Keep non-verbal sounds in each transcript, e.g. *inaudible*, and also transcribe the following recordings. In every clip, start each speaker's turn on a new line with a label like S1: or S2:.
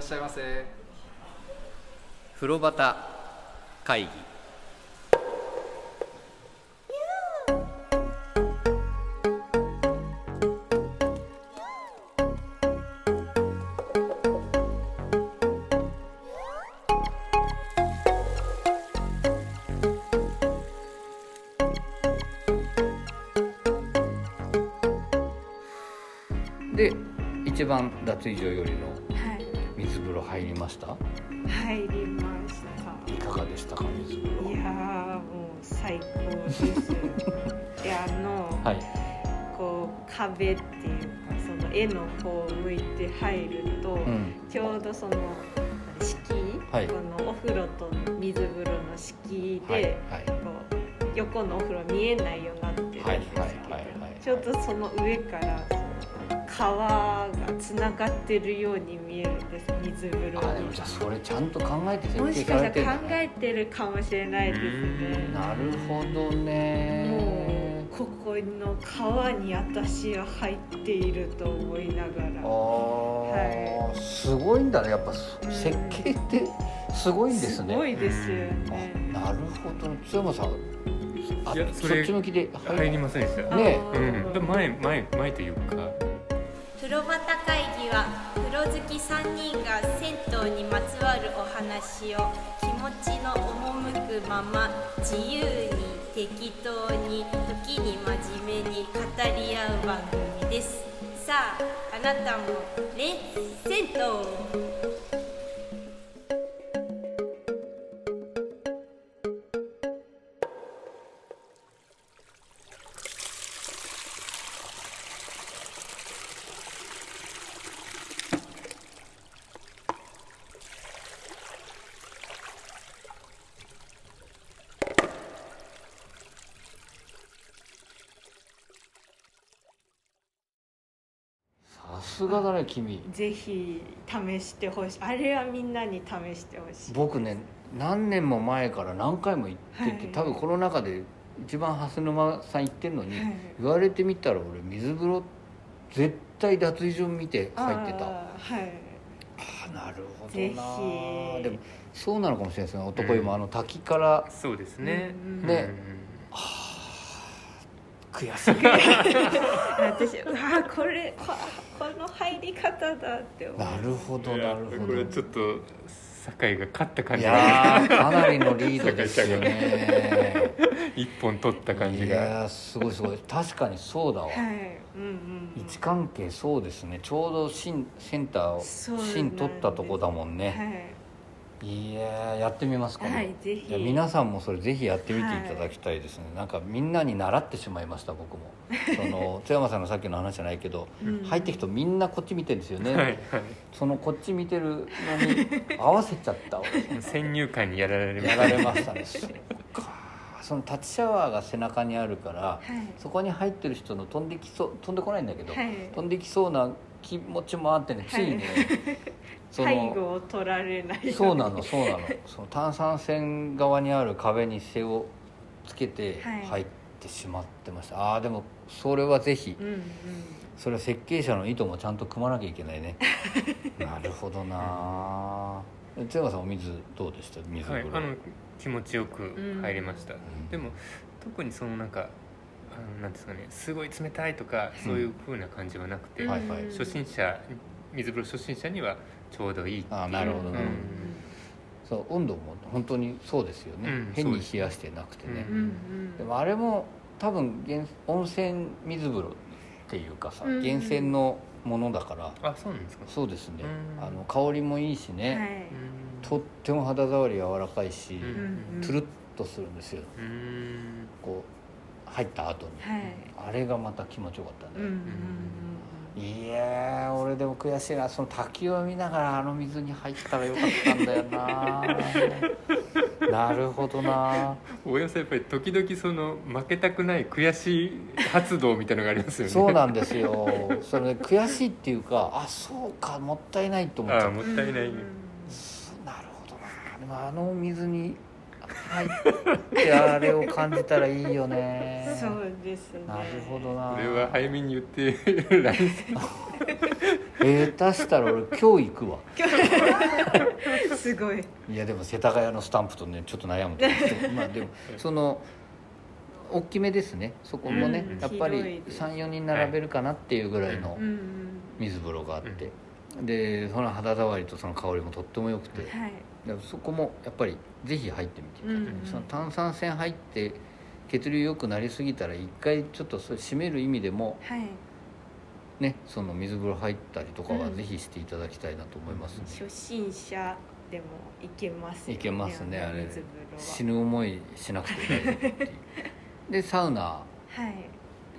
S1: しゃいませ
S2: 風呂端会議で一番脱衣所よりの
S3: は
S2: 水風呂入りました
S3: い入りまし
S2: いかがでしたか水風
S3: たい
S2: 呂
S3: やーもう最高ですであの、
S2: はい
S3: こう壁っていうかその絵の方を向いて入ると、
S2: うん
S3: ちょうどその敷居、
S2: はい
S3: このお風呂と水風呂の敷居で、
S2: はいはい
S3: こう横のお風呂見えないようになってるんですけど、
S2: はいはいはいはい
S3: ちょうどその上からその川がつながってるように見えるんです水風呂
S2: あで
S3: に
S2: もじゃあそれちゃんと考えて設
S3: も
S2: 計
S3: し
S2: され
S3: かしてた
S2: んだ
S3: ら考えてるかもしれないですね
S2: なるほど
S3: も
S2: ね
S3: うここの川に私は入っていると思いなが
S2: あ
S3: ら
S2: ー、すごいんだねやっぱ
S3: うん
S2: 設計ってすごいんですね
S3: ごいですよね
S2: あなるほど津山さんあ
S4: いやそ
S2: そ
S4: れ
S2: っち向きで
S4: 入りませんでした
S2: ねえ
S4: うん、で前前前というか
S5: 風呂端会議は風呂好き3人が銭湯にまつわるお話を気持ちの赴くまま自由に適当に時に真面目に語り合う番組ですさああなたもね銭湯を
S2: さすがだね君
S3: ぜひ試してほしいあれはみんなに試してほしい
S2: 僕ね何年も前から何回も行ってて、
S3: はい
S2: 多分この中で一番蓮沼さん行ってんのに、
S3: はい
S2: 言われてみたら俺水風呂絶対脱衣所見て入ってたあ
S3: あーはい
S2: あなるほ
S3: ぜ
S2: どな
S3: ひ
S2: でもそうなのかもしれないですね男湯もあの滝から
S4: そうですね
S3: うん
S2: ね悔しい
S3: 私うわーこれここの入り方だって思う
S2: *laughs* なるほ
S4: う
S2: ど
S4: ん、い
S2: な
S4: や
S2: るほ
S4: これはち
S2: ど
S4: ょっと酒井が勝った感
S2: い
S4: じが
S2: やーかなりのリードですよ
S4: *laughs*
S2: ね
S4: 一本取った感じ
S2: い
S4: が
S2: やーすごいすごい確かにそうだわ、
S3: はいうんうんうん
S2: 位置関係そうですねちょうど芯センターを
S3: そうなんです
S2: 芯取ったとこだもんね、い、やーやってみますか
S3: はい、はい
S2: ね、、
S3: ぜ
S2: いや
S3: ひ
S2: 皆さんもそれぜひやってみていただきたいですね、なんかみんなに習ってしまいました僕もそ
S3: *laughs*
S2: の津山さんのさっきの話じゃないけど、
S3: うん
S2: 入ってきてみんなこっち見てるんですよね、
S4: はいはい
S2: そのこっち見てるのに合わせちゃったわ
S4: もう先入観にやられま
S2: や
S4: す
S2: られました
S3: *laughs*
S2: ねそっかその立ちシャワーが背中にあるから
S3: はい
S2: そこに入ってる人の飛んできそう飛んでこないんだけど、
S3: はい
S2: 飛んできそうな気持ちもあってねついね、
S3: *laughs*
S2: そ
S3: 背後
S2: の
S3: を取られないように
S2: そうな
S3: *laughs*
S2: のそうなのその炭酸泉側にある壁に背をつけて
S3: はい
S2: 入ってしまってました、ああでもそれはぜひ
S3: うんうん
S2: それは設計者の意図もちゃんと組まなきゃいけない
S3: *laughs*
S2: ねなるほどな津山さんお水どうでした水
S4: は
S2: 風
S4: い
S2: 呂、
S4: あの気持ちよく入れました、でも特にそのなんかあのなんですかねすごい冷たいとかそういう風な感じはなくて、
S3: うん
S2: はいはい
S3: うん
S4: 初心者水風呂初心者にはちょうどいいっていう
S2: あーなるほどなるほど
S3: う
S2: そう温度も本当にそうですよね、
S4: うん
S2: 変
S4: そう
S2: に
S4: です
S2: 冷やしてなくてね、
S3: んうん
S2: でもあれも多分源温泉水風呂っていうかさ、
S3: うんうん
S2: 源泉のものだから
S4: あそうなんですか
S2: そうですね、
S4: うん
S2: あの香りもいいしね、
S4: うん
S2: とっても肌触り柔らかいし、
S4: うん
S3: うん
S2: つるっとするんですよ
S4: うん
S2: こう入った後に、
S3: はいはい
S2: あれがまた気持ちよかった
S3: うんうん
S2: ね、いやー俺でも悔しいなその滝を見ながらあの水に入ったらよかったんだよ
S3: *laughs*
S2: ななるほどな
S4: 大山さんやっぱり時々その負けたくない悔しい発動みたいなのがありますよね
S2: そうなんですよそれ、ね、悔しいっていうかあそうかもったいないと思っち
S4: あ
S2: ゃ
S4: あ
S2: う
S4: もっ
S3: うん
S4: たいない、
S3: うん
S2: なるほどなでもあの水に入ってあれを感じたらいいよね
S3: そうですね
S2: なるほどな
S4: これは早めに言って LINE
S2: いえー、下手したら俺今日行くわ
S3: すごい
S2: いやでも世田谷のスタンプとねちょっと悩むとこです
S3: *laughs*
S2: けどまあでもその大きめですねそこもね、
S4: うん
S2: やっぱ
S3: 広い
S2: り
S3: です
S2: 34人並べるかなっていうぐらいの
S3: うんうん
S2: 水風呂があって、でその肌触りとその香りもとっても良くて、
S3: はい
S2: だからそこもやっぱりぜひ入ってみていただきたい、
S3: うんうん
S2: その炭酸泉入って血流良くなりすぎたら一回ちょっとそれ締める意味でも
S3: はい
S2: ねその水風呂入ったりとかは
S3: うん
S2: ぜひしていただきたいなと思います、
S3: 初心者でもいけますよ
S2: いけますねあれ
S3: 水
S2: 死
S3: 風呂
S2: ぬ思いしなくて大丈夫っていうでサウナ
S3: ははい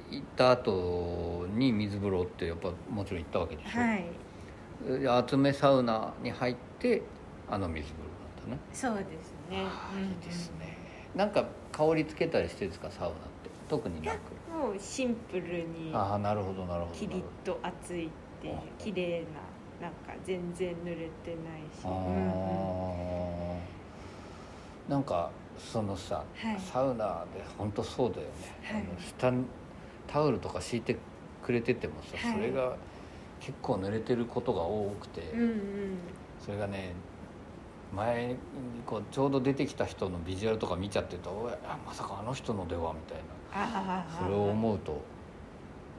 S2: 行った後に水風呂ってやっぱもちろん行ったわけでしょ、
S3: はい
S2: で厚めサウナに入ってあの水風呂だったね
S3: そうですね
S2: あ
S3: う
S2: ー
S3: んうん
S2: いいですねなんか香りつけたりしてるんですかサウナって特になく
S3: もうシンプルに
S2: ああなるほどなるほど
S3: キリッと熱いっていう
S2: あ
S3: 綺麗ななんか全然濡れてないし、
S2: あ
S3: うんうん
S2: ーなんかそのさ、
S3: はい
S2: サウナで本当そうだよね、
S3: はい
S2: あの下にタオルとか敷いてくれててもさ、
S3: はい
S2: それが結構濡れてることが多くて、
S3: うんうん
S2: それがね前にこうちょうど出てきた人のビジュアルとか見ちゃってるとおいあまさかあの人のではみたいな
S3: ああ
S2: それを思うと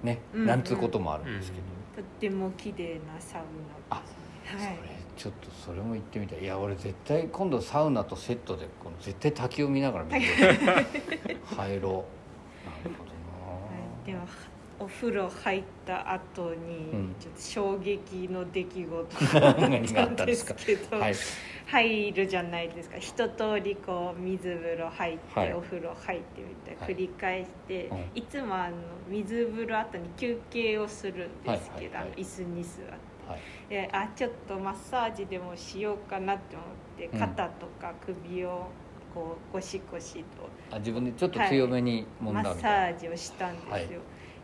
S2: ね、
S3: うん
S2: なんつうこともあるんですけど、
S3: とっても綺麗なサウナですね
S2: それちょっとそれも行ってみたいいや俺絶対今度サウナとセットでこの絶対滝を見ながら見てる入ろうなるほ
S3: はい、はい、
S2: ど
S3: で
S2: な
S3: はお風呂入った後に、
S2: うん
S3: ちょっと衝撃の出来事があっ
S2: *laughs* 何があったた
S3: ん
S2: ん
S3: で
S2: です
S3: す
S2: か
S3: けど、
S2: はい
S3: 入るじゃないですか一通りこう水風呂入って、
S2: はい
S3: お風呂入ってみたいな
S2: はい
S3: 繰り返して、
S2: うん
S3: い、つもあの水風呂後に休憩をするんですけど、
S2: はいはいはい
S3: あの椅子に座って
S2: はい
S3: であちょっとマッサージでもしようかなって思って
S2: うん
S3: 肩とか首をこうゴシゴシ
S2: あ自分でちょっと強めに
S3: と
S2: 揉
S3: マ
S2: んだ
S3: ッ
S2: み
S3: サ
S2: たいな、
S3: ージをしたんですよ、
S2: はい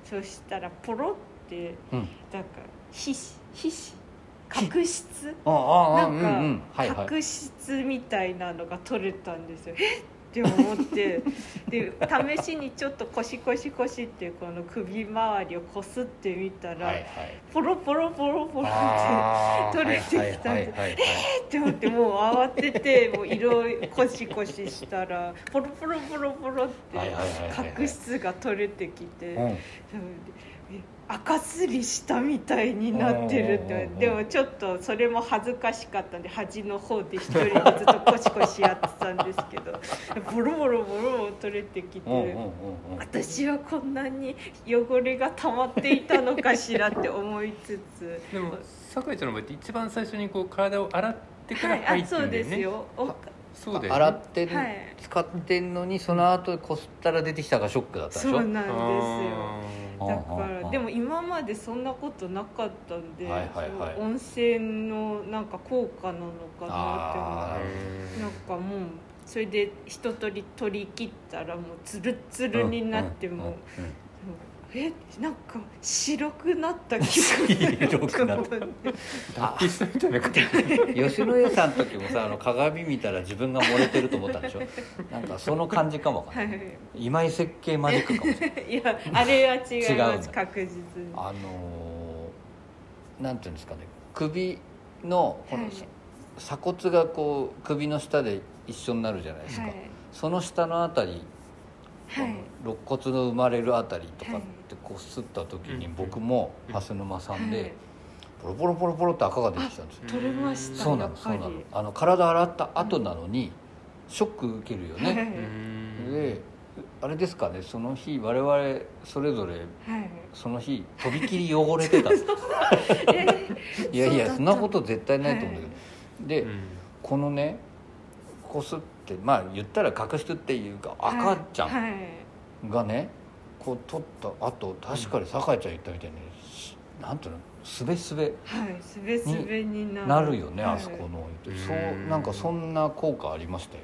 S3: そしたらポロって
S2: うん、
S3: なんか皮脂皮脂角質
S2: あああ
S3: な
S2: あうんうん
S3: ん
S2: はい
S3: か
S2: はい
S3: 角質みたいなのが取れたんですよ、えっって思ってで試しにちょっとコシコシコシってこの首周りをこすってみたら、
S2: はいはい
S3: ポロポロポロポロって
S2: あー
S3: 取れてきたんで
S2: はいはいはいはい
S3: って思ってもう慌ててもういろいろコシコシしたらポロポロポロポロって
S2: はいはいはいはい
S3: 角質が取れてきて。
S2: うん
S3: え赤すりしたみたいになってる
S2: うん
S3: っ
S2: うん
S3: て
S2: うんうん
S3: でもちょっとそれも恥ずかしかったんで端の方で一人でずっとコシコシやってたんですけ
S2: *laughs*
S3: どボロボロボロボロ取れてき
S2: うんうんうん
S3: て。
S2: うん
S3: 私はこんなに汚れが溜まっていたのかしらって思いつつ
S4: でも酒井ちゃんの場合って一番最初にこう体を洗ってか
S3: は
S4: ら
S3: い
S4: 入
S3: あ
S4: ってん
S3: そう
S4: だ
S3: で
S4: よ
S3: す
S4: ね
S3: よお
S4: そうだよね
S2: 洗ってん、
S3: はい
S2: 使ってんのにその後こすったら出てきたからショックだったでし
S3: そ
S2: ょ
S3: うなんですよ
S4: あー
S3: だ
S2: うん
S3: か
S2: うんう
S3: ら
S2: ん
S3: でも今までそんなことなかったんで、
S2: はいはいはい
S3: その温泉のなんか効果なのかなって思って
S2: あー
S3: なんかもうそれで一通り取り切ったらもうツルッツルになっても,、う
S2: うんうんうん
S3: えなんか白くなった気が
S2: 白くなったあ
S4: 脱皮したみたいな感じ
S2: 吉野家さんの時もさあの鏡見たら自分が漏れてると思ったん
S3: *laughs*
S2: でしょなんかその感じかもわかん
S3: は
S2: ないい、今井設計マジックかもしれない
S3: いやあれは違います
S2: 違うんだ
S3: 確実に
S2: あのーなんていうんですかね首のこの、
S3: はい
S2: 鎖骨がこう首の下で一緒になるじゃないですか、
S3: はい
S2: その下のあたり
S3: はい
S2: 肋骨の生まれるあたりとかっ
S3: はい
S2: てこすった時に
S4: うん
S2: 僕も蓮沼さん
S3: はい
S2: でボロボロボロボロって赤が出てきたんですよ
S3: 取れました
S2: そうな
S3: や
S2: の
S3: っ
S2: そ
S3: ぱ
S2: う
S3: り
S2: なのあの体洗った後なのにショック受けるよ
S3: はい
S2: ねであれですかねその日我々それぞれ
S3: はい
S2: その日とびきり汚れ
S3: *laughs*
S2: てたいやいや
S3: そうだった
S2: そんなこと絶対ないと思うんだけどでこのねこすってまあ言ったら角質っていうか赤ちゃん
S3: はい
S2: がねこう取ったあと確かに酒井ちゃん言ったみたいに、すなんていうのすべすべ
S3: はいすべすべになる
S2: なるよね、
S3: はい
S2: あそこの
S4: うん
S2: そうなんかそんな効果ありましたよ、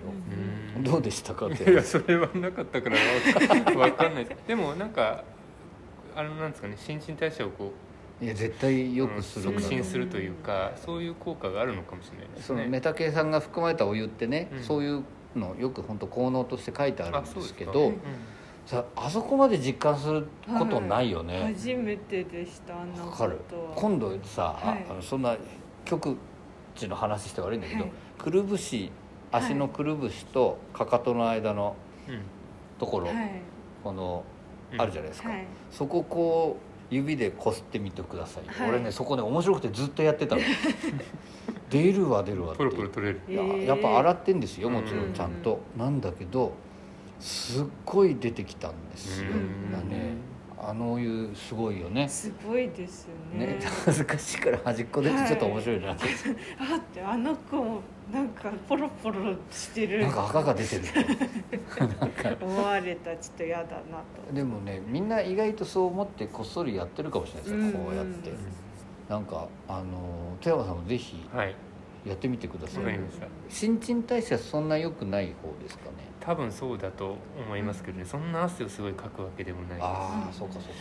S4: うん
S2: どうでしたかって
S4: いやそれはなかったからわかんないですでもなんかあのなんですかね新陳代謝をこ
S2: いや絶対
S4: う
S2: よくする
S4: うん
S2: から、
S4: 促進するというかそういう効果があるのかもしれないです
S2: その
S4: ね
S2: メタケイ酸が含まれたお湯ってね、
S4: うん
S2: そういうのよく本当効能として書いてあるんですけど
S3: あそう
S2: そ
S3: です
S4: うん
S2: さあそこまで実感することないよね、
S3: 初めてでしたあんな
S2: わ
S3: こ
S2: か
S3: と
S2: る
S3: は
S2: 今度さ、あ
S3: はい
S2: あのそんな極地の話して悪いんだけど、
S3: はい
S2: くるぶし足のくるぶしとかかとの間のところ、
S3: はい
S2: この
S4: うん
S2: あるじゃないですか、
S3: はい
S2: そこをこう指でこすってみてください、
S3: はい
S2: 俺ねそこね面白くてずっとやってたの出るわ出るわって
S4: ポロポロ取れる
S2: いや
S3: えー
S2: やっぱ洗ってんですよもちろ
S4: うん
S2: んちゃんと、なんだけどすっごい出てきたんですよ、
S4: うん
S2: だねあのお湯すごいよね
S3: すごいですね
S2: ね、恥ずかしいから端っこ出てちょっと面白いな、
S3: あってあの子もなんかポロポロしてる
S2: なんか赤が出てる
S3: 思われたらちょっと嫌だなと
S2: でもねみんな意外とそう思ってこっそりやってるかもしれないです
S3: うんう
S2: ね
S3: ん
S2: こうやってなんかあの富山さんもぜひ
S4: はい
S2: やってみてくださ
S4: わかり
S2: い
S4: ました
S2: 新陳代謝そんな良くない方ですかね
S4: 多分そうだと思いますけどねそんな汗をすごいかくわけでもないです
S2: あ
S3: う
S2: あ
S3: ん
S2: そうかそうか、
S4: うん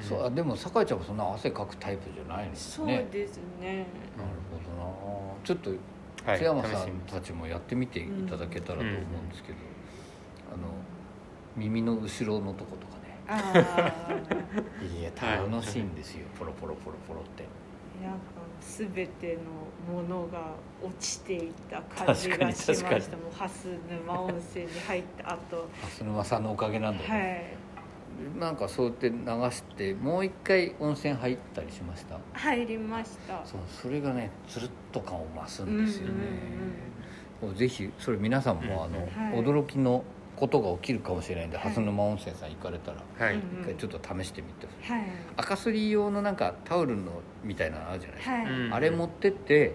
S2: そうあでも酒井ちゃんもそんな汗かくタイプじゃないんです
S3: そう
S2: ね
S3: ですね
S2: なるほどなちょっと
S4: はい
S2: 津山さ
S4: 試し
S2: ん
S4: に
S2: たちもやってみていただけたらと思うんですけど、あの耳の後ろのとことかね
S3: ああ
S2: いや
S4: はい
S2: 楽しいんです
S3: *laughs*
S2: よ、ポロポロポロポロって
S3: なんか全てのものが落ちていった感じが
S2: 確
S3: しま
S2: かに確
S3: したもう蓮沼温泉に入った後
S2: 蓮沼さんのおかげなんだよ、
S3: は
S2: ね
S3: い
S2: なんかそうやって流してもう一回温泉入ったりしました
S3: 入りました
S2: そうそれがねつるっと感を増すんですよね
S3: うんうん、
S2: ぜひそれ皆さんもあの、
S3: はい
S2: 驚きのことが起きるかもしれないんで、
S3: はい
S2: 蓮沼温泉さん行かれたら
S4: は
S3: う
S4: い、
S3: ん
S2: 一回ちょっと試してみてほしい、
S3: はい
S2: 赤すり用のなんかタオルのみたいなのあるじゃないですか、
S3: はい、
S4: うん
S2: あれ持ってって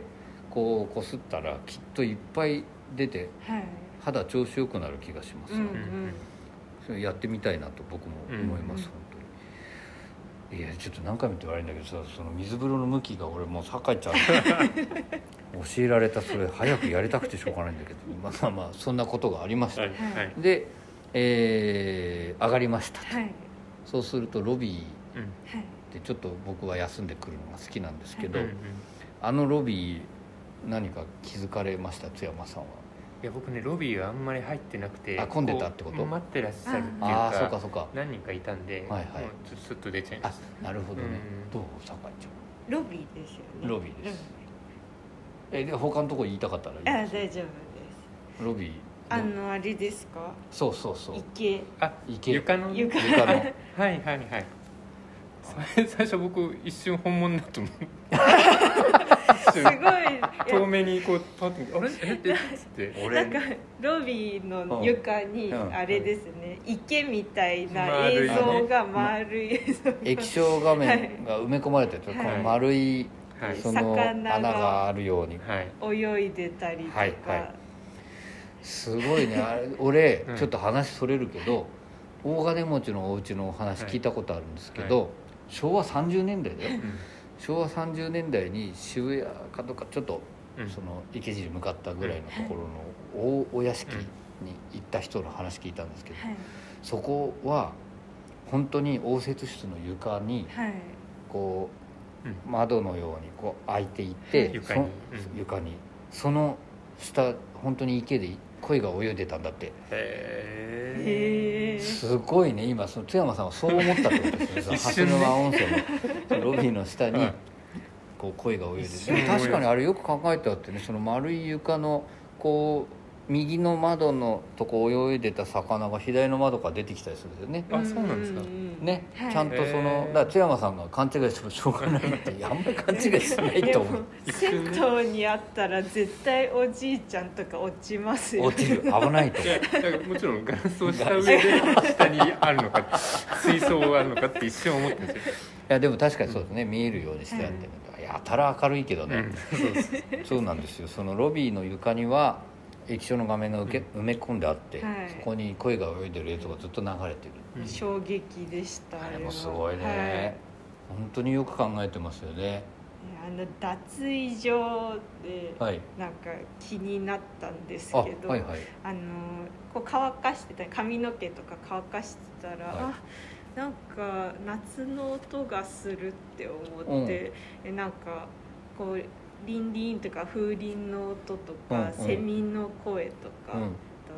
S2: こうこすったらきっといっぱい出て
S3: はい
S2: 肌調子良くなる気がします、
S3: うん
S4: う
S3: うん
S4: ん
S2: それやってみたいなと僕も思います、本当にいやちょっと何回も言って悪いんだけどさその水風呂の向きが俺もう酒井ちゃん
S4: *laughs*
S2: に教えられたそれ早くやりたくてしょうがないんだ
S4: *laughs*
S2: けどまあまあそんなことがありました、
S4: はいはい
S2: で、えー上がりましたと、
S3: はい
S2: そうするとロビ
S4: うん
S3: はい
S2: ーでちょっと僕は休んでくるのが好きなんですけど、
S4: うんうん
S2: あのロビー何か気づかれました津山さんはい
S4: や僕ねロビーがあんまり入ってなくて
S2: あ混んでたってこと
S4: う待ってらっしゃるっていう
S2: ああーそうか
S4: か
S2: そうか
S4: 何人かいたんで、
S2: はいはい
S4: もうちょちょっと出ちゃいま
S2: あ
S4: し
S2: なるほどね、
S4: うん
S2: どう酒井ちゃん
S3: ロビーですよね
S2: ロビーですえで他のとこ言いたかったらいいで
S3: あ大
S2: す
S3: 丈夫です
S2: ロビー
S3: あのあれですか
S2: そうそうそう
S3: 池
S4: たあ
S2: 池
S4: 床の
S3: 床
S2: 床の
S4: *laughs* はいはいはいそれ最初僕一瞬本物だと思う一
S3: すごい
S4: 瞬遠目にこうパッと見てあれえってって
S3: な
S2: 俺
S3: んかロビーの床に
S2: うんうん
S3: あれですね池みたいな
S4: 丸
S3: 映
S4: いね
S3: 像が丸い映像が
S2: 液晶画面が埋め込まれてて、
S3: はい
S2: この丸い
S4: はい
S2: その
S3: 魚が
S2: 穴があるように
S4: はい
S3: 泳いでたりとか、
S2: はいはいすごいねあれ俺
S4: うん
S2: ちょっと話それるけど、大金持ちのお家のお話聞いたことあるんですけど、昭和30年代だよ昭和30年代に渋谷かどっかちょっと
S4: うんうん
S2: その池尻向かったぐらいのところの大お屋敷に行った人の話聞いたんですけど、
S3: はい
S2: そこは本当に応接室の床に
S3: はい
S2: こう
S4: う
S2: 窓のようにこう開いていて、
S3: はい
S4: 床に
S2: そ床にその下本当に池で鯉が泳いでたんだって
S4: へ
S3: へー
S2: すごいね今その津山さんはそう思ったってことです
S4: *laughs*
S2: ね
S4: 一
S2: 蓮
S4: 瞬ね
S2: 沼温泉のその
S4: *laughs*
S2: ロビーの下に
S4: はい
S2: こう鯉が泳いで
S4: 一
S2: て
S4: 瞬
S2: でも確かにあれよく考えてあってねその丸い床のこう右の窓のとこ泳いでた魚が左の窓から出てきたりするんですよね
S4: あそうなんですか
S2: ね、
S3: はい
S2: ちゃんとその
S4: へー
S2: だから津山さんが勘違いしてもしょうがないってあんまり勘違いしないと思う
S3: でも銭湯にあったら絶対おじいちゃんとか落ちますよ
S2: 落ちる危ないと
S4: い
S2: 思う
S4: やだからもちろんガラスをした上で下にあるのか水槽があるのかって一瞬思ったんですよ、
S2: いやでも確かにそうですね、見えるようにしてやってる、やたら明るいけど
S4: う
S2: ね
S4: ん、、そうです
S2: そうなんですよそのロビーの床には液晶の画面が受け、埋め込んであって、
S3: はい
S2: そこに鯉が泳いでる映像がずっと流れてる、
S4: うん
S3: 衝撃でした
S2: あれ
S3: は
S2: もすごいね、本当によく考えてますよね
S3: はいあの脱衣所で
S2: はい
S3: なんか気になったんです
S2: あ
S3: けどあ,、
S2: はいはい
S3: のこう乾かしてた髪の毛とか乾かしてたら、
S2: はい
S3: あなんか夏の音がするって思って、えなんかこうリンリンとか風鈴の音と
S2: う
S3: か、
S2: んうん
S3: セミの声と
S2: う
S3: か、あ
S2: ん
S3: と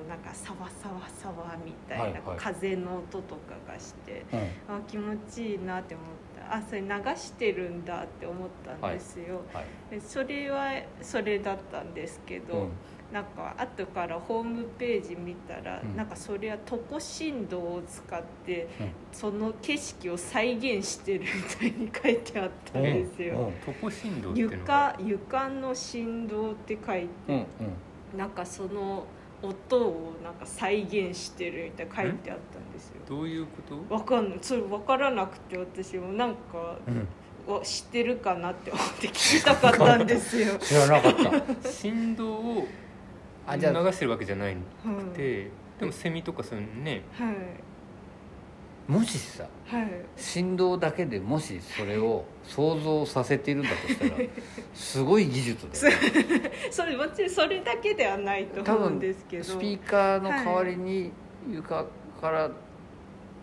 S3: なんかサワサワサワみた
S2: はい
S3: いな、
S2: はい
S3: 風の音とかがして
S2: うん
S3: あ気持ちいいなって思ったあそれ流してるんだって思ったんですよ、
S2: はい
S3: でそれはそれだったんですけど、
S2: うん
S3: なんか後からホームページ見たら、
S2: うん
S3: なんかそれは床振動を使って、
S2: うん
S3: その景色を再現してるみたいに書いてあったんですよ、
S2: うん
S4: 床振動っていうのが
S3: 床床の振動って書
S2: う
S3: い
S2: んう
S3: て、
S2: ん
S3: なんかその音をなんか再現してるみたいな書いてあったんですよ
S4: どういうこと
S3: わかんないそれ分からなくて私もなんか、
S2: うん、
S3: わ知ってるかなって思って聞きたかったんですよ
S2: *laughs* 知らなかった
S4: 振動を
S2: あ
S4: 流
S2: じゃあ
S4: してるわけじゃないの
S3: うん
S4: ででもセミとかそういうのね
S3: はい
S2: もしさ
S3: はい
S2: 振動だけでもしそれを想像させてるんだとしたらすごい技術だよね
S3: *laughs* それもちろんそれだけではないと
S2: 多
S3: 思う
S2: 分
S3: んですけど
S2: スピーカーの代わりに床から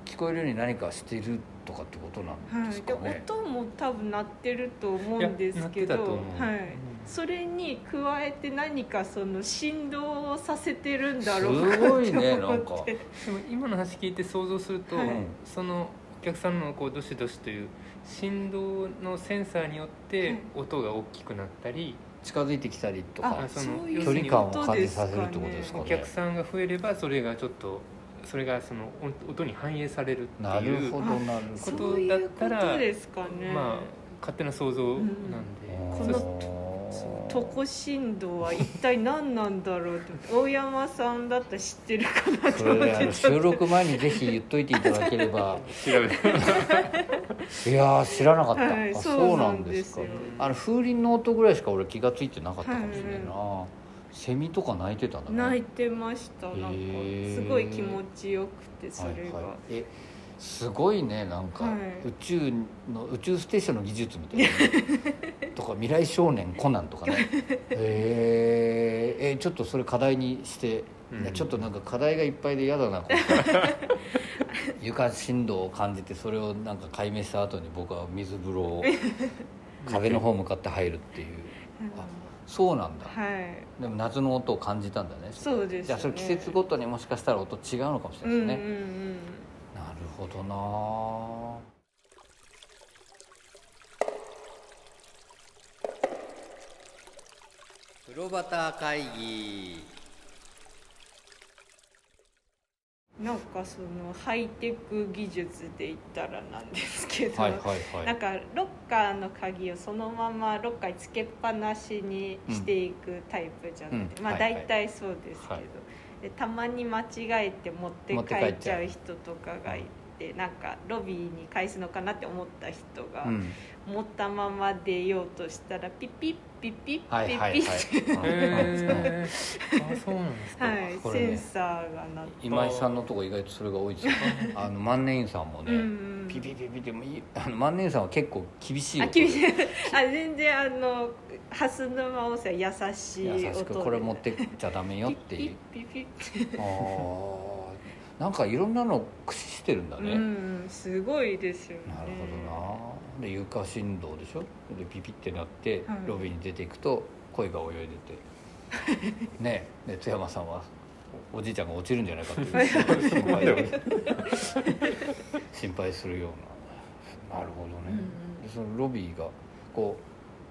S2: 聞こえるように何かしてるとかってことなん
S3: は
S2: です
S3: い、で
S2: かね、
S3: 音も多分鳴ってると思うんですけど
S4: いや鳴ってたと思う
S3: はい、それに加えて何かその振動をさせてるんだろう
S2: すごい
S3: *laughs*
S2: ね
S3: と思って
S4: でも今の話聞いて想像すると、
S3: はい
S4: そのお客さんのこうどしどしという振動のセンサーによっ
S3: は
S4: て
S3: い
S4: 音が大きくなったり、
S2: 近づいてきたりとか
S3: あ
S4: そ
S3: そ
S4: の
S3: ういう
S2: 距離感を
S3: こと
S2: 感じ
S3: ですか
S2: さ
S3: ね
S2: せるってことですか
S4: お
S2: ね
S4: 客さんが増えればそれがちょっとそれがその音音に反映される
S2: な
S4: ってい
S2: る
S4: う
S2: ほど
S3: あ
S2: なる
S3: そ
S2: ほ
S4: こ
S2: ど
S4: と
S3: うい
S4: だっ
S3: うこ
S4: たら
S3: とですかね、
S4: まあ勝手な想像なんで、
S3: この *laughs* その床振動は一体何なんだろうと大山さんだったら知
S2: *laughs*
S3: ってるかなと
S2: そ
S3: 思っ
S2: れあ
S3: て
S2: の
S3: ちょ
S2: 収
S3: っと
S2: 録前にぜひ言っといていただければ
S4: 調 *laughs* べて
S2: いやー知らなかった、
S3: はい
S2: あ
S3: そうなんです
S2: そ
S3: よ
S2: うなんですかあの風鈴の音ぐらいしか俺気が付いてなかったかもしれないな、セミとか鳴いてたんだね
S3: 泣いてましたなんか
S2: へー
S3: すごい気持ちよくてそれが、
S2: はいはい、えすごいねなんか、
S3: はい
S2: 宇宙の宇宙ステーションの技術みたいな
S3: *laughs*
S2: ねとか未来少年コナンとかねへーえちょっとそれ課題にして、
S4: うん
S2: いやちょっとなんか課題がいっぱいで嫌だなこれ床振動を感じてそれをなんか解明した後に僕は水風呂
S3: *laughs*
S2: を壁の方向かって入るっていうあそうなんだ、
S3: はい
S2: でも夏の音を感じたんだね
S3: そうですね
S2: じゃあそれ季節ごとにもしかしたら音違うのかもしれないですね、
S3: うんうんうん
S2: なるほどな
S1: プロバター会議
S3: なんかそのハイテク技術で言ったらなんですけど、
S2: はいはいは
S3: なん
S2: い
S3: かロッカーの鍵をそのままロッカーにつけっぱなしにしていくタイプじゃなくて、
S2: うん
S3: まあ
S2: はいはい
S3: 大体そうですけど、
S2: はい
S3: でたまに間違えて持って
S2: 持って
S3: 帰
S2: 帰っ
S3: っ
S2: ち
S3: ち
S2: ゃ
S3: ゃ
S2: う
S3: う人とかがいてなんかロビーに返すのかなって思った人が、
S2: うん
S3: 持ったまま出ようとしたらピッピッピッピッピ
S2: はい
S3: ッ
S2: は
S3: ピ
S2: い
S3: ッって
S2: はい
S4: へーあそうなんですか、
S3: はい、
S2: これ
S3: セ
S2: ね
S3: ンサーが鳴って。
S2: 今井さんのとこ意外とそれが多いですよあの万年さんもね、
S3: うんうん
S2: ピピピピでもいいあの万年さんは結構厳しい
S3: あ
S2: 音
S3: 厳しい *laughs* あ全然あの蓮沼温泉は優しい音で
S2: 優しくこれ持ってっちゃダメよっていう
S3: ピッピッピッピ
S2: あーなんかいろんなのを駆使してるんだね、
S3: ッうんすごいですよね
S2: なるほどなで床振動でしょでピピってなって、
S3: はい
S2: ロビーに出ていくと鯉が泳いで
S3: *laughs*
S2: てねえで津山さんはおおじいちゃんが落ちるんじゃないかって
S3: *laughs*
S2: いう心配で心配するようななるほどね、
S3: うん
S2: でそのロビーがこ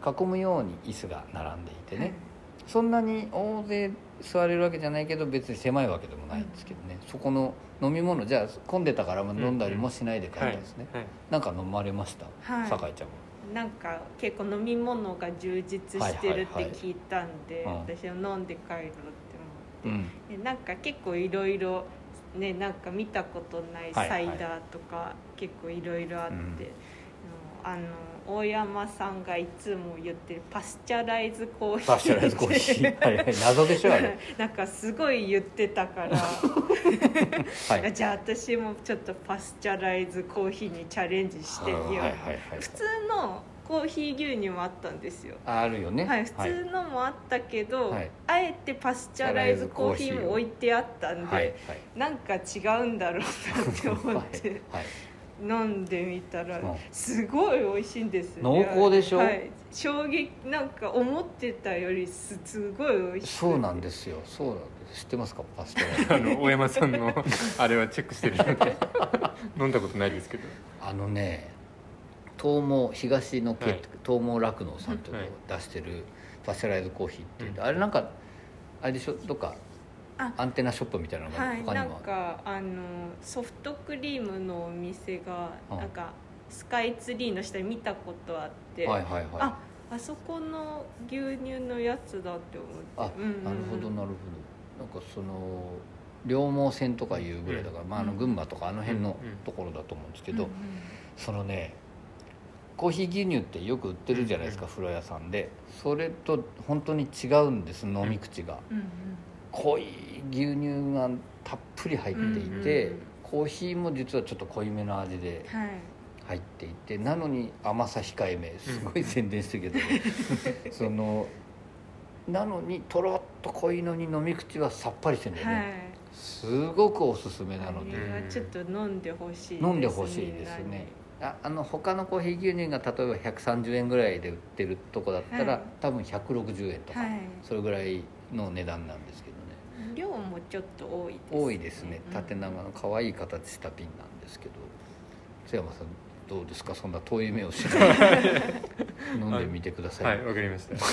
S2: う囲むように椅子が並んでいてね、
S3: はい
S2: そんなに大勢座れるわけじゃないけど別に狭いわけでもないんですけどね、そこの飲み物じゃあ混んでたから飲んだりもしないで帰ったんですね、
S4: はい
S2: なんか飲まれました、
S3: はい
S2: 酒井ちゃん
S3: なんか結構飲み物が充実してるっ
S2: はいはいは
S3: て
S2: い
S3: 聞いたんで、
S2: うん
S3: 私は飲んで帰ろうって
S2: も、うん、
S3: 思ってなんか結構いろいろねなんか見たことない
S2: はいは
S3: サ
S2: い
S3: イダーとか結構いろいろあって、
S2: うん
S3: あの大山さんがいつも言ってるパスチャライズコーヒー
S2: パスチャライズコーヒー
S3: *laughs*
S2: はいはい謎でしょあれ
S3: なんかすごい言って
S2: *laughs*
S3: たから、
S2: はい
S3: じゃあ私もちょっとパスチャライズコーヒーにチャレンジしてみよう、
S2: はいはいはい
S3: 普通のコーヒー牛乳もあったんですよ、
S2: あるよね
S3: はい、普通のもあったけど、
S2: はい
S3: あえてパスチャライズコーヒーも置いてあったんで、
S2: はいはい
S3: なんか違うんだろうなって思
S2: は
S3: って、
S2: いはい
S3: 飲んでみたら
S2: うん
S3: すごい美味しいんですよ
S2: 濃厚でしょ
S3: はい、衝撃なんか思ってたよりすすごい美味しい
S2: そうなんですよそうなんです知ってますかパステ
S4: あ
S2: ラ
S4: の大山さんのあれはチェックしてるので飲んだことないですけど
S2: あのね東毛東のけ、
S4: はい
S2: 東毛酪農さんという
S4: はい
S2: のを出してるパステライズコーヒーっていう、
S4: うん
S2: あれなんかあれでしょどっか
S3: あ
S2: アンテナショップみたいなのが
S3: はい
S2: 他
S3: な
S2: に
S3: ん
S2: もある、
S3: かあのソフトクリームのお店が
S2: うん
S3: なんかスカイツリーの下に見たことあって、
S2: はいはいはい
S3: ああそこの牛乳のやつだって思
S2: あ
S3: って、うんうんうん
S2: なるほどなるほどなんかその両毛線とかいうぐらいだから、まあ、あの群馬とかあの辺の
S4: うんうん
S2: ところだと思うんですけ
S3: け
S2: ど、そのねコーヒー牛乳ってよく売ってるじゃないですか、
S4: うん
S2: 風呂屋さんでそれと本当に違うんです飲み口が、
S3: うんうん
S2: 濃い牛乳がたっぷり入っていて、
S3: うんうん
S2: コーヒーも実はちょっと濃いめの味で
S3: はい
S2: 入っていてなのに甘さ控えめすごい宣伝してる
S3: *laughs*
S2: けど、そのなのにとろっと濃いのに飲み口はさっぱりしてるんだよね、
S3: はい
S2: すごくおすすめなの
S3: あ
S2: で
S3: れはちょっと飲んでほしいです
S2: 飲んでほしいです
S3: みんな
S2: ね
S3: に
S2: ああの他のコーヒー牛乳が例えば130円ぐらいで売ってるとこだったら、
S3: はい
S2: 多分160円とか、
S3: はい
S2: それぐらいの値段なんですけどね
S3: 量もちょっと多いです、
S2: 多いですね
S3: うん
S2: 縦長の可愛い形した瓶なんですけど津山さんどうですかそんな遠い目をして飲んでみてくださ、
S4: はいいわかりました
S2: うん
S4: ち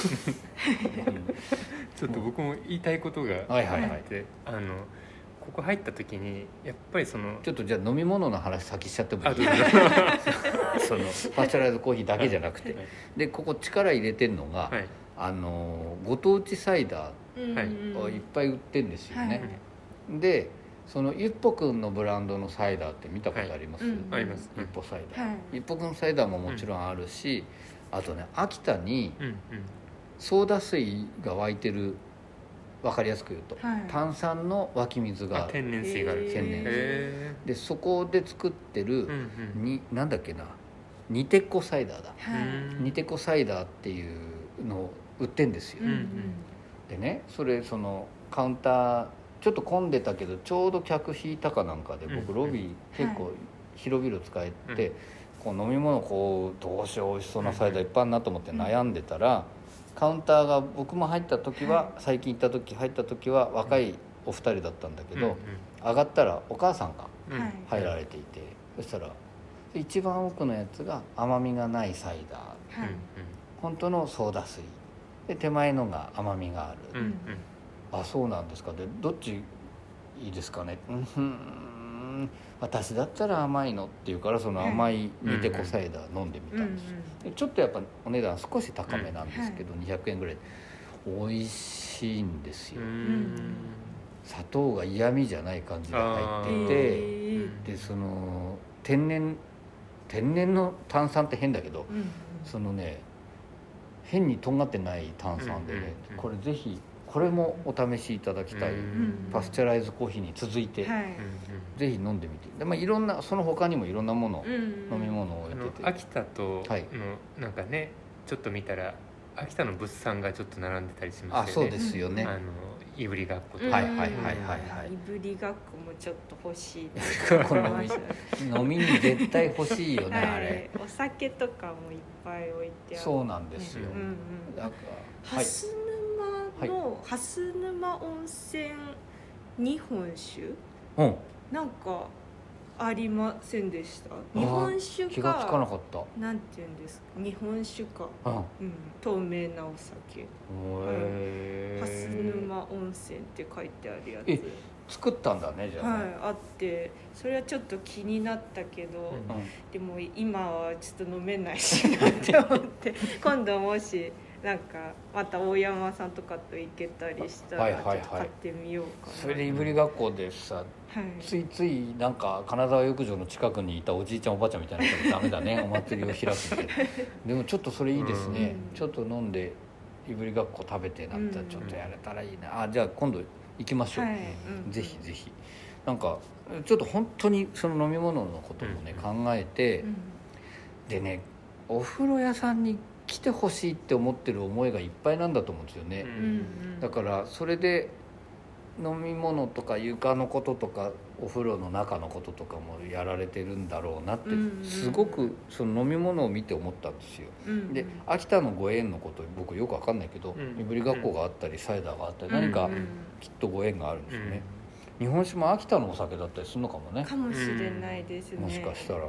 S4: ょっと僕も言いたいことがあ
S2: はいはいはい、
S4: ってあのここ入った時にやっぱりその
S2: ちょっとじゃあ飲み物の話先しちゃってもい
S4: あ
S2: い
S4: どうぞ
S2: *laughs* そのパスチャライズコーヒーだけじゃなくて、
S4: はい
S2: でここ力入れてるのが、
S4: はい
S2: あのご当地サイダ
S3: うんうん
S4: はい
S2: ーをいっぱい売ってんですよね、でそのゆっぽくんのブランドのサイダーって見たことあります、
S3: はいうん
S4: あります
S2: ゆっぽサイダー、
S3: はい
S2: ゆっぽくんサイダーももちろんあるし、あとね秋田に
S4: うんうん
S2: ソーダ水が湧いてる分かりやすく言うと、
S3: はい
S2: 炭酸の湧き水
S4: あ
S2: がある
S4: 天然水がある
S3: へー
S2: 天然水
S4: へ
S2: でそこで作ってる、
S4: ーうん
S2: になんだっけなニテコサイダーだ、
S3: はい
S2: ニテコサイダーっていうのを売ってんですよ、
S3: うんうん
S2: でねそれそのカウンターちょっと混んでたけどちょうど客引いたかなんかで僕
S4: うん
S2: ロビー結
S3: は
S2: 構広々使えて、
S4: うん
S2: こう飲み物こうどうしよう美味しそうなサイダーいっぱいあるなと思って悩んでたら、カウンターが僕も入った時は、
S3: は
S2: 最近行った時入った時は若いお二人だったんだけ
S4: うん
S2: ど、上がったらお母さんが
S4: うんうん
S3: はい
S2: 入られていて、そしたら一番奥のやつが甘みがないサイダー
S3: はい
S2: 本当のソーダ水で手前のが甘みがある、
S4: うんうんうん
S2: あそうなんですかでどっちいいですかねうんふん私だったら甘いのって言うからその甘い
S4: うん
S2: 煮てこサイダー飲んでみ
S3: うん
S2: た
S3: うんん
S2: です、でちょっとやっぱお値段少し高めなんですけど、200円ぐらい美味しいんですよ、
S4: うん
S2: 砂糖が嫌味じゃない感じが入っていて
S3: えー
S2: でその天然天然の炭酸って変だけど
S3: うんうん
S2: そのね変にとんがってない炭酸でね、
S4: うんうんうん
S2: これぜひこれもお試しいただきたい、
S4: うん
S2: パスチャライズコーヒーに続いて、
S3: はい
S2: ぜひ飲んでみてで、まあ、いろんなその他にもいろんなもの、
S3: うんうん
S2: 飲み物を置
S4: あ
S2: い
S4: の
S2: てて
S4: 秋田と
S2: はい
S4: のなんかねちょっと見たら秋田の物産がちょっと並んでたりしま
S2: あ
S4: すよ
S2: そう
S4: ね
S2: ですよね、
S4: あのいぶりがっこと
S3: うん
S2: はいはいはいはいはい
S3: いぶりがっこもちょっと欲しいって
S2: こ
S3: 思い
S2: の
S3: ました
S2: 飲みに絶対欲しいよね、あ
S3: はい
S2: れ
S3: お酒とかもいっぱい置いてある
S2: そうなんですよ、
S3: うんうん
S2: なんかはい
S3: 蓮沼の蓮沼温泉日本酒
S2: うん
S3: なんかありませんでした
S2: ー
S3: 日本酒か
S2: 気がつかなかった
S3: なんていうんですか日本酒か、
S2: うん
S3: うん、透明なお酒
S2: へー
S3: 蓮沼温泉って書いてあるや
S2: え
S3: つ
S2: 作ったんだねじゃあ、
S3: はい
S2: ね
S3: あってそれはちょっと気になったけど、
S4: うん
S3: でも今はちょっと飲めないしなって思って
S2: *laughs*
S3: 今度もしなんかまた大山さんとかと行けたりした
S2: はい
S3: ら
S2: は
S3: ち
S2: い
S3: ょ
S2: はい
S3: っと買ってみようかな、
S2: それでいぶり学校でさ
S3: はい
S2: ついついなんか金沢浴場の近くにいたおじいちゃんおばあちゃんみたいな人ダメだ
S3: *laughs*
S2: ねお祭りを開くみたいなでもちょっとそれいいですね、
S3: うん
S2: ちょっと飲んでいぶり学校食べてなったらちょっとやれたらいいな、あじゃあ今度行きましょう、
S3: はいうん
S2: ぜひぜひなんかちょっと本当にその飲み物のこともね、考えて、
S3: うん
S2: でねお風呂屋さんに来てほしいって思ってる思いがいっぱいなんだと思うんですよね、
S4: う
S3: うんんうん
S2: だからそれで飲み物とか床のこととかお風呂の中のこととかもやられてるんだろうなって
S3: うんうん
S2: すごくその飲み物を見て思ったんですよ。
S3: うん
S2: で秋田のご縁のこと僕よくわかんないけど
S4: うん
S2: いぶりがっこがあったりサイダーがあったり
S3: うん
S2: 何か
S3: うん
S2: きっとご縁があるんで
S4: う
S2: すよ
S4: ん
S2: ね。日本酒も秋田のお酒だったりするのかもね
S3: かもしれないですね、
S2: もしかしたら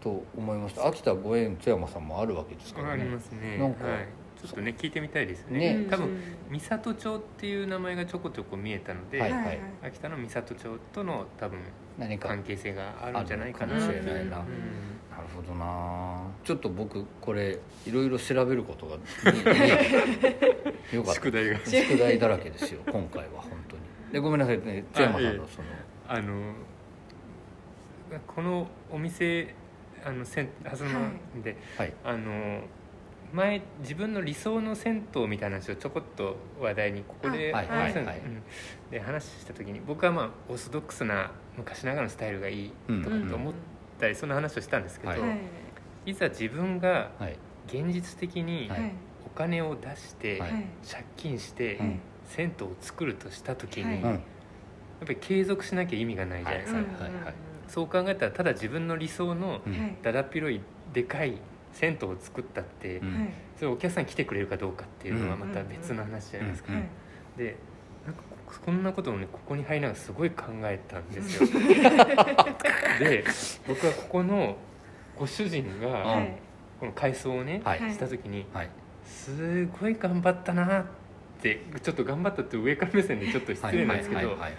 S2: と思いました秋田ご縁津山さんもあるわけですか
S4: あ
S2: ら
S4: り
S2: ね
S4: ますね
S2: なんか
S4: はい、ちょっとね聞いてみたいですね
S2: ね
S4: 多分三郷町っていう名前がちょこちょこ見えたので、
S2: は
S3: う
S2: い
S3: ん
S2: は
S3: はいい
S4: 秋田の三郷町との多分
S2: 何か
S4: 関係性があるんじゃないかな
S2: ある
S4: っ
S2: の
S4: て
S2: かもしれないな
S4: うん
S2: なるほどなちょっと僕これいろいろ調べることが見えてよかった
S4: 宿題が
S2: 宿題だらけですよ今回は本当にでごめんなさいね津山さんのその
S4: あのこのお店あの銭あその
S3: は
S4: で、
S2: はい
S4: あの前自分の理想の銭湯みたいな話をちょこっと話題にここで
S2: あはい
S4: 話したん
S2: はい
S4: ですうんで話した時に僕はまあオーソドックスな昔ながらのスタイルがいい
S2: うん
S4: と
S2: う
S4: か
S2: ん
S4: と思ったりそんな話をしたんですけど、
S2: はい
S4: い
S2: は
S4: ざ自分が
S2: はい
S4: 現実的に
S2: はい
S4: お金を出して、
S2: はい
S4: 借金して、
S2: うん
S4: 銭湯を作るとした時に、
S3: はい
S2: うん
S4: やっぱり継続しなきゃ意味がないじゃないですか、
S2: はいはいはい
S4: そう考えたらただ自分の理想の
S2: うん
S4: だだっ広いでかい銭湯を作ったって、
S2: うん
S4: それお客さん来てくれるかどうかっていうのは
S2: うん
S4: また別の話じゃないですか、
S2: うんうん
S4: でなんかここんなことをねここに入りながらすごい考えたんで
S2: *laughs*
S4: すよで僕はここのご主人
S2: は
S4: が
S2: い
S4: この改装をね、
S2: はい
S3: はい
S4: した時に
S2: はい
S4: すごい頑張ったなってちょっと頑張ったって上から目線でちょっと失
S2: はい
S4: 礼な
S2: はい
S4: んですけど、
S2: はいはい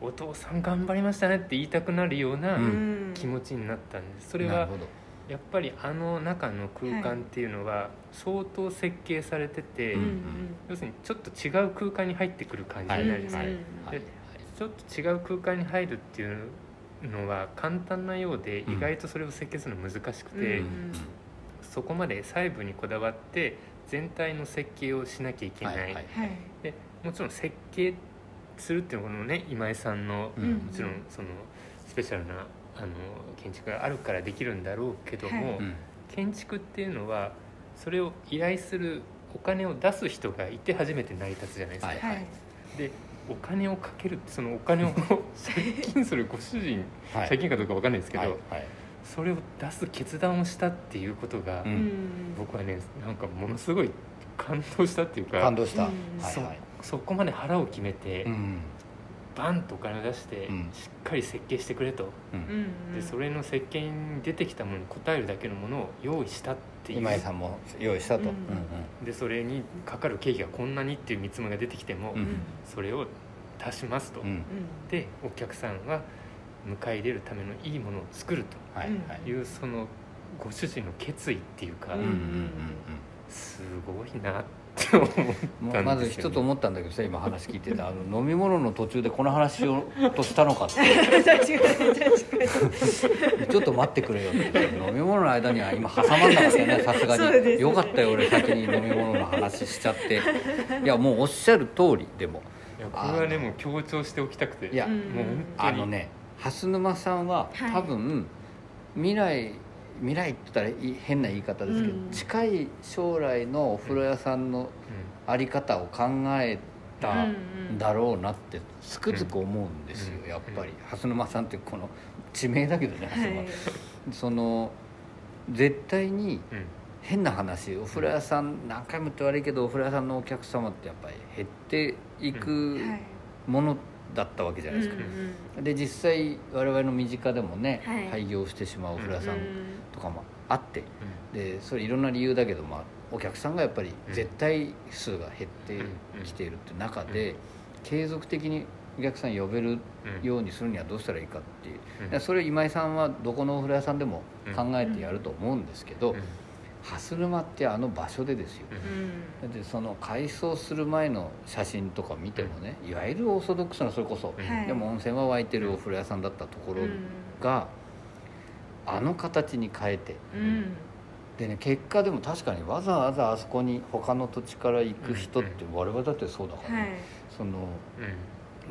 S4: お父さん頑張りましたねって言いたくなるような
S2: うん
S4: 気持ちになったんですそ
S2: そ
S4: れは
S2: ほど
S4: やっぱりあの中の空間っていうのは相当設計されてて、
S2: うん
S4: 要するにちょっと違う空間に入ってくる感じじゃ
S2: は
S4: ないい
S2: は
S4: で
S2: い
S4: すか、
S2: はい
S4: でちょっと違う空間に入るっていうのは簡単なようで
S2: うん
S4: 意外とそれを設計するの難しくて、
S2: う
S3: うんん
S4: そこまで細部にこだわって全体の設計をしなきゃいけ
S2: は
S4: ないい、
S2: はい
S3: はい
S4: でもちろん設計するっていうのはこのね今井さんの
S2: う
S3: うん
S4: もちろんそのスペシャルなあの建築があるからできるんだろうけども、
S3: は
S2: うん
S4: 建築っていうのはそれを依頼するお金を出す人がいて初めて成り立つじゃないですか、
S2: はい
S3: はい
S4: でお金をかけるそのお金を借金するご主人、
S2: *laughs* はい
S4: 借金かどうかわかんないですけど、
S2: はいはい
S4: それを出す決断をしたっていうことが、
S2: うん
S3: うん
S4: 僕はねなんかものすごい感動したっていうか
S2: 感動したは
S3: うん
S2: いはい
S4: そこまで腹を決めて、
S2: うん
S4: バンとお金を出して、
S2: うん
S4: しっかり設計してくれと
S2: うん
S3: うん
S4: でそれの設計に出てきたものに応えるだけのものを用意したっていう
S2: 今井さんも用意したと
S3: うん
S2: うんうん
S4: でそれにかかる経費がこんなにっていう見積もりが出てきても、
S2: うん
S4: それを足しますと、
S2: うん
S3: うん
S4: でお客さんは迎え入れるためのいいものを作る
S2: はいはい
S4: というそのご主人の決意っていうか、
S3: う
S2: うんうんうん
S4: すごいなって思って
S2: うん
S4: な
S2: もうんま
S4: ですよね
S2: ず一つ思ったんだけどさ今話聞いててあの飲み物の途中でこの話をとしたのかって
S3: 確かに確かに
S2: ちょっと待ってくれよって飲み物の間には今挟まんなかったよねさすが
S3: そう
S2: に
S3: ですね
S2: よかったよ俺先に飲み物の話しちゃっていやもうおっしゃる通りでも
S4: いやこれはね
S2: あの
S4: もう強調しておきたくて
S2: いや
S3: うん
S4: もう本当に
S2: あのね蓮沼さんは
S3: はい
S2: 多分、未来未来って言ったらいい変な言い方ですけど、
S3: うん
S2: 近い将来のお風呂屋さんの
S4: う
S2: あり方を考えた
S3: うんうん
S2: だろうなってつくづく思うんですよ、
S4: うん
S2: やっぱり
S4: うん
S2: 蓮沼さんってこの地名だけどね蓮沼、
S3: はい
S2: その絶対に
S4: んうん
S2: 変な話お風呂屋さん何回も言って悪いけどお風呂屋さんのお客様ってやっぱり減っていく
S3: はい
S2: ものだったわけじゃないですか。
S4: か
S3: うんうん
S2: で実際我々の身近でもね、
S3: はい
S2: 廃業してしまうお風呂屋さんとかもあって、
S4: うん
S2: でそれいろんな理由だけど、まあ、お客さんがやっぱり絶対数が減ってきているって中で、継続的にお客さん呼べる
S4: うん
S2: ようにするにはどうしたらいいかっていう、
S4: うん
S2: でそれ今井さんはどこのお風呂屋さんでも考えてやると思うんですけど、
S4: うん
S2: 蓮沼ってあの場所でですよ
S4: うん
S3: うん
S2: だってその改装する前の写真とか見てもねいわゆるオーソドックスなそれこそ
S4: うん
S3: はい
S2: でも温泉は湧いてるお風呂屋さんだったところ
S3: う
S2: が、あの形に変えて
S3: んうん
S2: でね結果でも確かにわざわざあそこに他の土地から行く人って我々だってそうだから、ね
S3: はい
S2: その
S4: うん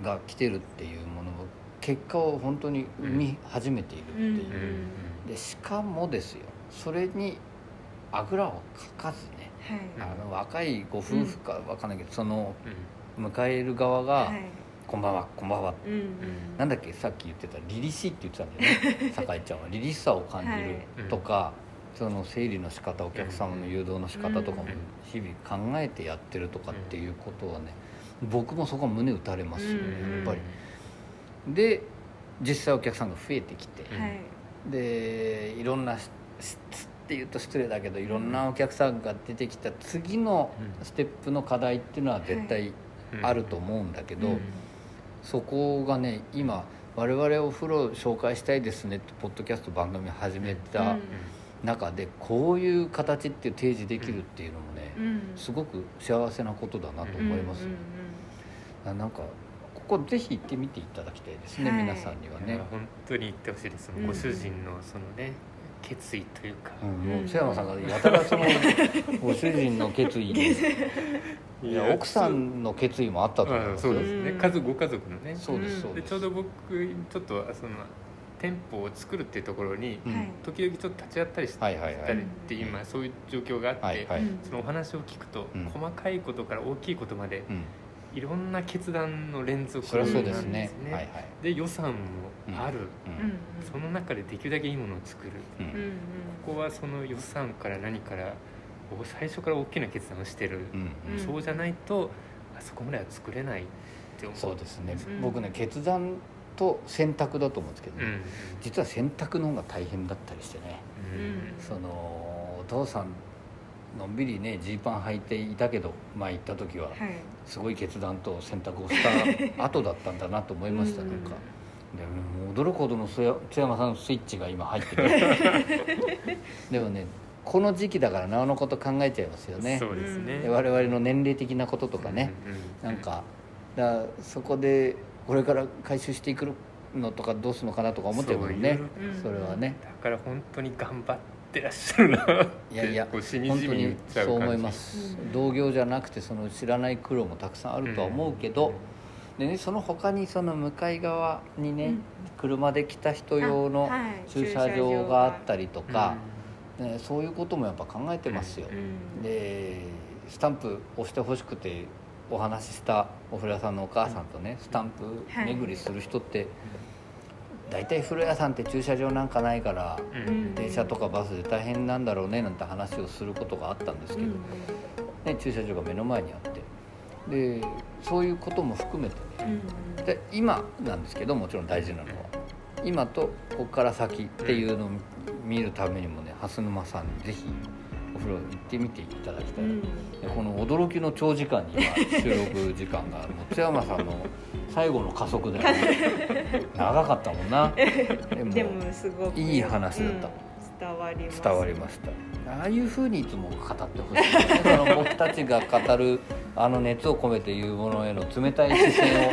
S2: が来てるっていうものを結果を本当に生み始めているっていうう、
S4: うんうん
S2: でしかもですよそれにあぐらをかかずね
S3: はい
S4: う
S2: あ
S4: ん
S2: の若いご夫婦かわかんないけど、その
S4: うん
S2: 迎える側が、
S3: はい
S2: こんばんはこんばんは
S3: うん
S4: うん
S2: なんだっけさっき言ってた凛々しいって言ってたんだよね酒井ちゃんは凛々しさを感じるとか、その整理の仕方お客様の誘導の仕方とかも日々考えてやってるとかっていうことはね僕もそこは胸打たれますよ
S3: うん
S2: ねやっぱり。で実際お客さんが増えてきて
S3: うんはい
S2: でいろんなししって言うと失礼だけどいろんなお客さんが出てきた次の
S4: うん
S2: ステップの課題っていうのは絶対あると思うんだけど、
S3: うん
S2: そこがね今我々お風呂紹介したいですねってポッドキャスト番組始め
S3: う
S2: た
S3: ん
S2: 中でこういう形っていう提示できるっていうのも
S3: う
S2: ね
S3: ん
S2: すごく幸せなことだなと思います
S3: うんうん
S2: あなんかここぜひ行ってみていただきたいですね
S3: はい
S2: 皆さんには
S4: ね
S2: ね
S4: 本当に言ってほしいです、
S3: うん
S4: ご主人のそのね決意というか、
S2: うんも
S3: う
S2: うん瀬山さんがやたらそのご主人の決意にいや奥さんの決意もあったと思い
S4: あ
S2: ます
S4: そうですね、
S3: うん
S4: 家族ご家族のね
S2: そうですそう
S4: で
S2: です
S4: ちょうど僕ちょっとその店舗を作るっていうところに、
S2: うん
S3: はい
S4: 時々ちょっと立ち会ったりし
S2: はいはいは
S4: たりっ
S2: い
S4: て今そういう状況があって、
S2: はいはい
S3: うん
S4: そのお話を聞くと、
S2: うん
S4: 細かいことから大きいことまで
S2: うん
S4: いろんな決断の連続
S2: そりゃそうです
S4: なん
S2: ねはいはい
S4: で予算もある、
S2: う
S3: うんうん
S2: ん
S4: その中でできるだけいいものを作る
S2: う
S3: うんうんん
S4: ここはその予算から何からお最初から大きな決断をしてる、
S2: うん
S3: うん
S4: そうじゃないとあそこまでは作れないって思う
S2: そうですね、
S3: うん
S2: 僕ね決断と選択だと思うんですけど、
S4: うんうん
S2: 実は選択の方が大変だったりしてね
S4: うん
S2: そのお父さんのんびりねジーパン履いていたけど前行った時は
S3: はい
S2: すごい決断と選択をした後だったんだなと思いました、
S3: うん
S2: なんかでもう驚くほどの須山津山さんのスイッチが今入ってくる
S4: *laughs*
S2: でもねこの時期だからなおのこと考えちゃいますよね
S4: そうですね、
S2: で我々の年齢的なこととかね、
S4: うう
S2: なんかだからそこでこれから回収していくのとかどうするのかなとか思っちゃうもんね
S4: そう
S3: いろいろ
S2: それはね
S4: だから本当に頑張ってらっしゃるなって
S2: いやいや
S4: こうしみ
S2: 本
S4: じ
S2: 当
S4: みに言っ
S2: に
S4: ちゃう
S2: そう
S4: 感じ
S2: 思います、
S3: うん
S2: 同業じゃなくてその知らない苦労もたくさんあるとは思うけど、でね、その他にその向かい側にね、
S3: うん
S2: 車で来た人用
S3: あ
S2: の
S3: はい
S2: 駐車場があったりと
S4: うん
S2: か、ね、そういうこともやっぱ考えてますよ、
S3: うん
S2: でスタンプ押してほしくてお話ししたお風呂屋さんのお母さんとねスタンプ巡りする人って大体風呂屋さんって駐車場なんかないから
S4: うんうん
S2: 電車とかバスで大変なんだろうねなんて話をすることがあったんです
S3: う
S2: けど、
S3: ん
S2: ね、駐車場が目の前にあってでそういうことも含めて
S3: う
S2: ね
S3: ん
S2: で今なんですけどもちろん大事なのは今とここから先っていうのを見るためにもね蓮沼さんにぜひお風呂行ってみていただきた
S3: う
S2: い。
S3: ん
S2: でこの驚きの長時間に今収録時間
S3: *laughs*
S2: がもう津山さんの最後の加速だよ
S3: *laughs*
S2: ね長かったもんなで
S3: でもすごく
S2: いい話だった
S3: うん伝わります
S2: 伝わりましたああいうふうにいつも語ってほしいですねその僕たちが語るあの熱を込めて言うものへの冷たい視線を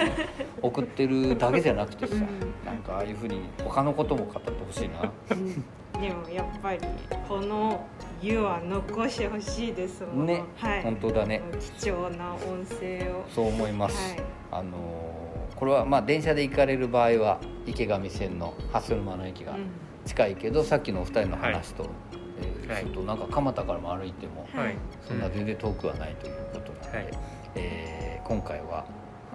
S2: 送ってるだけじゃなくてさ、
S3: うん
S2: なんかああいうふうに他のことも語ってほしいな
S3: うんでもやっぱりこの湯は残してほしいですもん
S2: ね
S3: はい、
S2: 本当だね
S3: 貴重な音声を
S2: そう思います、
S3: はい
S2: あのーこれはまあ電車で行かれる場合は池上線の蓮沼の駅が
S3: うん
S2: 近いけどさっきのお二人の話と、えー
S4: はい
S2: するとなんか蒲田からも歩いても
S4: はい、
S2: そんな全然遠くはないということなので、
S4: はい
S2: えー今回は、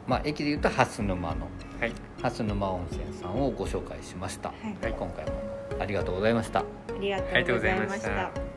S2: まあ、駅でいうと蓮沼の
S4: はい
S2: 蓮沼温泉さんをご紹介しました、
S3: はい
S4: はい
S2: 今回もありがとうございました
S3: ありがとうございまし
S4: ありがとうございま
S3: た
S4: した